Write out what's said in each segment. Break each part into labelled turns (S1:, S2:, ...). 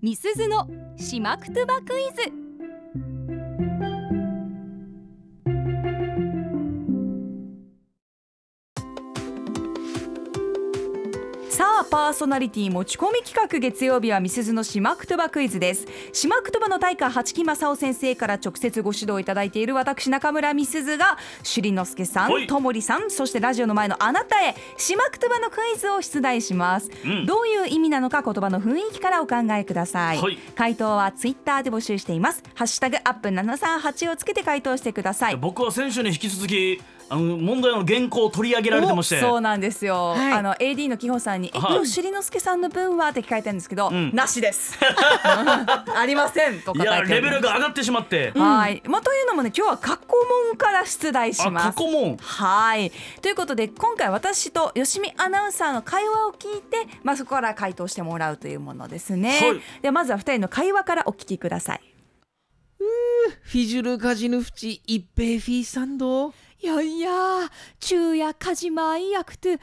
S1: みすずのしまくとばクイズ
S2: さあパーソナリティ持ち込み企画月曜日はみすずのしまくとばクイズですしまくとばの大家八木正夫先生から直接ご指導いただいている私中村みすずが朱里之助さ
S3: は
S2: ん
S3: い
S2: ともりさんそしてラジオの前のあなたへしまくとばのクイズを出題します、
S3: うん
S2: どういう意味なのか言葉の雰囲気からお考えください、
S3: はい
S2: 回答はツイッターで募集していますハッシュタグアップ738をつけて回答してください
S3: 僕は先週に引き続きあの問題の原稿を取り上げられてまして
S2: おそうなんですよ、
S4: はい
S2: あの AD の紀穂さんに「え
S3: はい
S2: 今日朱里之助さんの分は?」って聞かれたんですけど「
S3: ん
S2: なしです」 ありませんと
S3: い
S2: 答
S3: や
S2: えて
S3: レ
S2: おり
S3: ベ
S2: ます
S3: ルが上がってしまって、
S2: はい、まあ、というのもね今日は過去問から出題しま
S3: あ
S2: す
S3: ここも
S2: はいということで今回私と吉見アナウンサーの会話を聞いて、まあ、そこから回答してもらうというものですね、
S3: はい
S2: ではまずは2人の会話からお聞きください
S4: フィジュルガジヌフチ一平フィサンド。
S5: やんや昼夜カジマン役とテ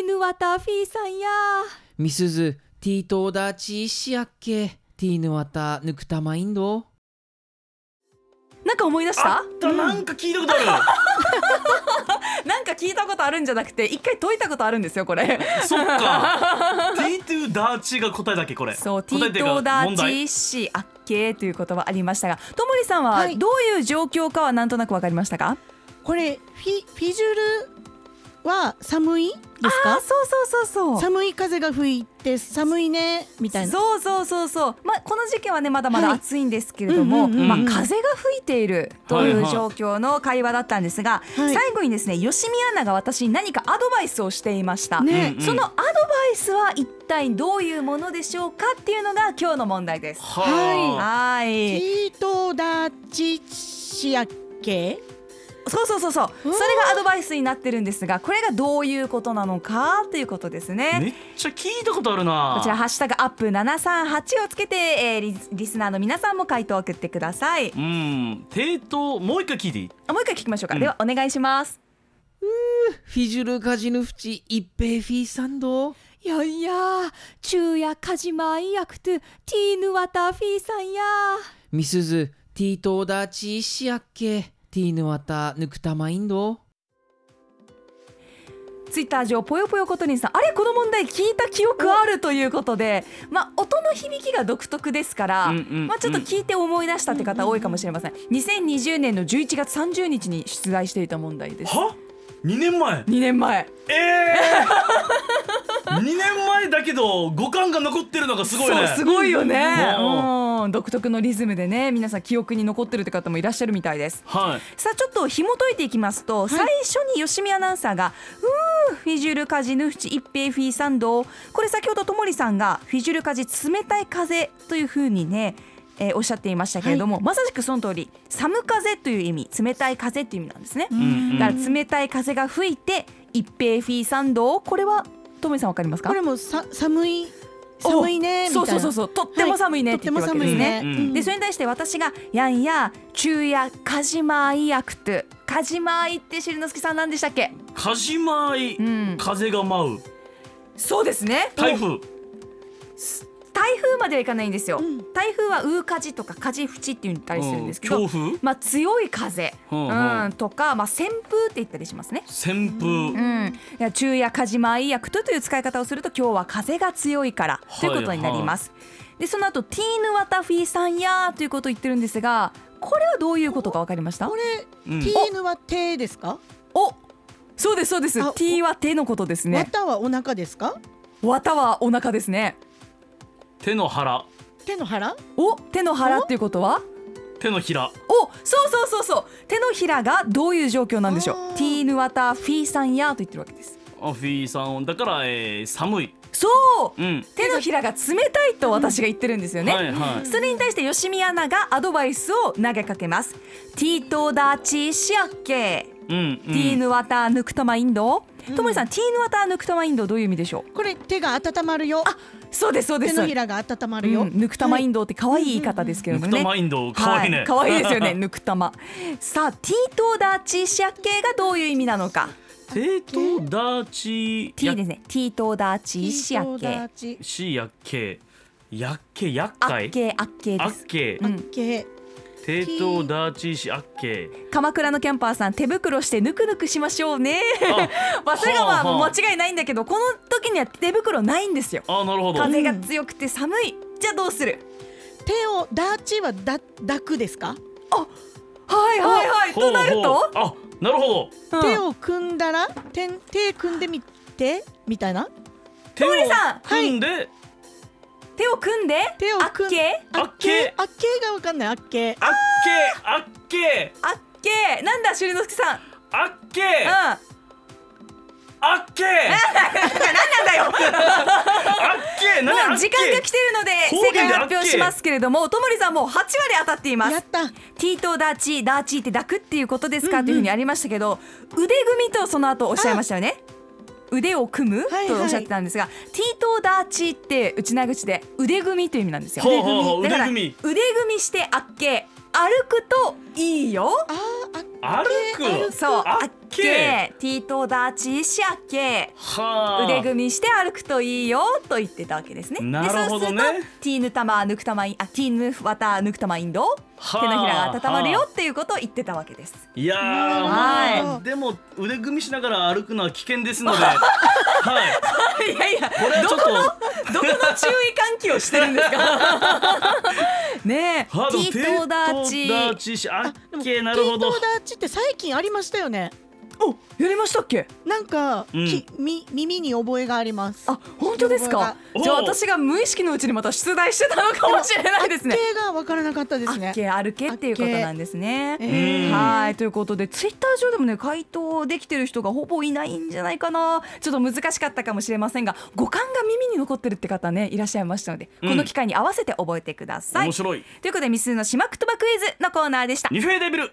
S5: ィーヌワタフィーさんや
S4: ミスズ、ティートーダーチーシアッケ。ティーヌワタヌクタマインド。
S2: なんか思い出し
S3: あ
S2: た
S3: ったなんか聞いたことあ
S2: なんか聞いたことあるんじゃなくて一回解いたことあるんですよこ れ
S3: るそっか T2 ダーチが答えだっけこれ
S2: そう、ティ
S3: 答え
S2: ー
S3: ていう
S2: ト
S3: か
S2: ーダ
S3: 問
S2: ーチ
S3: 題
S2: ーシーアッケーという言葉ありましたが、ともりさんは
S6: はい
S2: どういう状況かはなんとなくわかりましたか？
S6: これフィフィジュルは寒いです
S2: あ、
S6: か
S2: そうそうそうそう。
S6: 寒い風が吹いて寒いねみたいな
S2: そうそうそうそう。まあこの時期はねまだまだ
S6: はい
S2: 暑いんですけれども、
S6: うんうん
S3: うん
S2: まあ
S3: うん
S2: 風が吹いているとい
S3: はいうはい
S2: 状況の会話だったんですが、
S6: はい
S2: 最後にですね吉見アナが私に何かアドバイスをしていました。
S3: うん
S6: ね
S3: うん
S2: そのアドバイスは一体どういうものでしょうかっていうのが今日の問題です。
S3: は
S2: は
S6: テ
S2: い。
S6: ィートーダーチシアッケ
S2: そうそうそうそうそれがアドバイスになってるんですがこれがどういうことなのかということです
S3: あ
S2: ね
S3: めっちゃ聞いたことあるな
S2: こちら「ハッシュタグアップ #738」をつけて、えーリスリスナーの皆さんも回答を送ってください
S3: うん低等もう一回聞いていい
S2: あもう一回聞きましょうか、
S3: うん
S2: ではお願いします
S4: フィジュルガジヌフチ一平フィサンド。
S5: やんや昼夜カジマン役とティーヌワタフィーさんや
S4: ミスズ、ティートーダーチーシアッケ。ティーヌワタヌクタマインド。
S2: ツイッター上ぽよぽよことにさんあれこの問題聞いた記憶あるということでまあ音の響きが独特ですから、
S3: うんうんうん
S2: まあちょっと聞いて思い出したって方多いかもしれません2020年の11月30日に出題していた問題です
S3: は2年前
S2: 2年前
S3: ええー、2年前だけど五感が残ってるのがすごいね
S2: そうすごいよね、
S3: うん
S2: うん、独特のリズムでね皆さん記憶に残ってるって方もいらっしゃるみたいです
S3: はい
S2: さあちょっと紐解いていきますと、最初に吉見アナウンサーが「うーフィジュルカジヌフチ一平フィーサンド」これ先ほどともりさんが「フィジュルカジ冷たい風」というふうにねえーおっしゃっていましたけれども、まさしくその通り寒風という意味冷たい風という意味なんですね、
S3: んうん
S2: だから冷たい風が吹いて一平フィーサンドこれはともりさんわかりますか
S6: これもさ寒い
S2: お
S6: 寒いねみた
S2: そ
S6: い
S2: う
S6: な
S2: そうそうそうとっても寒いね
S6: は
S2: っ
S6: と
S2: て
S6: て
S2: 言っ
S6: も
S2: てるわけです
S6: 寒い
S2: ね
S6: ね、
S3: うん
S2: でそれに対して私が「やんや昼夜カジマーイ役とカジマーイってしりのすけさんなんでしたっけ
S3: カジマイ、
S2: ん
S3: 風が舞う
S2: そうですね
S3: 台風
S2: 台風まではいかないんですよ、
S6: うん
S2: 台風はウーカジとかカジフチって言ったりするんですけ
S3: う
S2: ど
S3: ん強風
S2: まあ強い風、
S3: うんう
S2: うんんとか、まあ、旋風って言ったりしますね
S3: 旋風、
S2: うん、いや昼夜カジマーイ役とという使い方をすると今日は風が強いからということになります、でその後ティーヌワタフィーさんやーということを言ってるんですがこれはどういうことかわかりました
S6: これ
S3: うん
S6: ティーヌは手ですか
S2: おそうですそうです
S6: あ
S2: T は手のことです
S6: ま
S2: ね
S6: たはお腹ですか
S2: 綿はお腹ですね
S3: 手の腹
S6: 手の腹
S2: お手の腹っていうことは
S3: 手のひら
S2: おそうそうそうそう手のひらがどういう状況なんでしょう
S6: あー
S2: T ヌワタフィーさんやーと言ってるわけです
S3: あフィーさんだから、えー、寒い
S2: そう
S3: うん
S2: 手のひらが冷たいと私が言ってるんですよね、
S3: はいはい
S2: それに対して吉見アナがアドバイスを投げかけます。ティートーダーチーシアッケー、
S3: うん、うん、
S2: ティーヌワターヌクタマインド。ともりさん、ティーヌワターヌクタマインドどういう意味でしょう。
S6: これ手が温まるよ
S2: そうですそうで
S6: 手
S2: す。
S6: のひらが温ま
S2: う
S6: るよ
S2: ん、ヌクタマインドって可愛い言い方ですけれど
S3: ぬ
S2: も
S3: く
S2: ね。
S3: たマインド可愛いね、
S2: は 可愛いですよね、ぬくたま。さあ、ティートーダーチーシアッケーがどういう意味なのか。
S3: テートダーチ
S2: T ですね T とダーチシアッケー
S6: あっけ
S3: しやっけやっけやっ
S2: ア
S3: かい
S2: ッケーアッケー
S3: あ
S2: で
S3: っ
S2: す
S3: け
S2: うん
S3: テートダーチしあっけ
S2: 鎌倉のキャンパーさん手袋してぬくぬくしましょうね まあそれがまあ
S3: はあはあ
S2: 間違いないんだけどこの時には手袋ないんですよ
S3: ああなるほど
S2: 風が強くて寒いじゃあどうする
S6: 手をダーチはだ抱くですか、
S2: はいはいはい
S3: ほう
S2: と
S3: ほう
S2: なると
S3: あなるほど
S2: うん
S6: 手を組んだら手手組んでみてみたいな
S3: 手を
S2: 森さん
S3: 組んで
S2: 手を組んで
S6: 手を
S2: アッ
S6: 組ん
S2: ケー
S3: あっけ
S6: あっけがわかんないあっけ
S3: あっけあっけ
S2: あっけーなんだしゅりのすけさんうん
S3: あっけ
S2: なん
S3: あっけ
S2: だ よ
S3: あっけ何
S2: も
S3: あ
S2: う
S3: っ
S2: 時
S3: け
S2: 間が来てるので
S3: 方
S2: 正
S3: 言で
S2: 解を発
S3: あっ
S2: 表
S3: け
S2: しますけれどもともりさんもう8割当たっていま
S6: や
S2: す
S6: った
S2: ティーとダーチダーチって抱くっていうことですかというふうにありましたけど、腕組みとその後おっしゃいましたよね腕を組む
S6: はいはい
S2: とおっしゃってたんですが、ティーとダーチって内名口で腕組みという意味なんですよ
S3: ほうほうほう
S2: だから
S3: 腕組み
S2: 腕組みしてあっけ歩くといいよ
S6: あーあっ
S3: 歩く
S2: そう
S3: あ
S2: あ
S3: っ
S2: っ
S3: け
S2: けティーとダーチしあっけ
S3: はあ
S2: 腕組みして歩くといいよと言ってたわけですね。
S3: なるほどね
S2: でそうするとティーヌタマヌクタマインあティーヌワタヌクタマインド手
S3: はあ
S2: のひらが温まるよっていうことを言ってたわけです。
S3: いやー
S2: なるほど
S3: まあでも腕組みしながら歩くのは危険 ですのではい
S2: いやいや
S3: これはちょっと
S2: どこの注意喚起をしてるん ですか。ねえテ
S3: ハード
S2: ィートダー
S3: テートダー
S2: チ
S3: チし
S6: あ
S3: あ
S6: で
S3: っ
S6: も
S3: けなるほど
S6: ティートダーチって最近ありましたよね
S2: おやりましたっけ。
S6: なんか、
S3: うん
S6: きみ耳に覚えがあります
S2: あ本当ですか。
S3: お
S2: じゃあ私が無意識のうちにまた出題してたのかもしれないですね
S6: あっ。けがわからなかったで
S2: あ
S6: すね
S2: っけ歩けっていうことなんですね。
S6: え
S3: うん
S6: ー
S2: はいということでツイッター上でもね回答できてる人がほぼいないんじゃないかなちょっと難しかったかもしれませんが五感が耳に残ってるって方ねいらっしゃいましたので、
S3: うん
S2: この機会に合わせて覚えてください
S3: 面。白い
S2: ということでミスのしまくとばクイズのコーナーでした。
S3: ニフェーデビル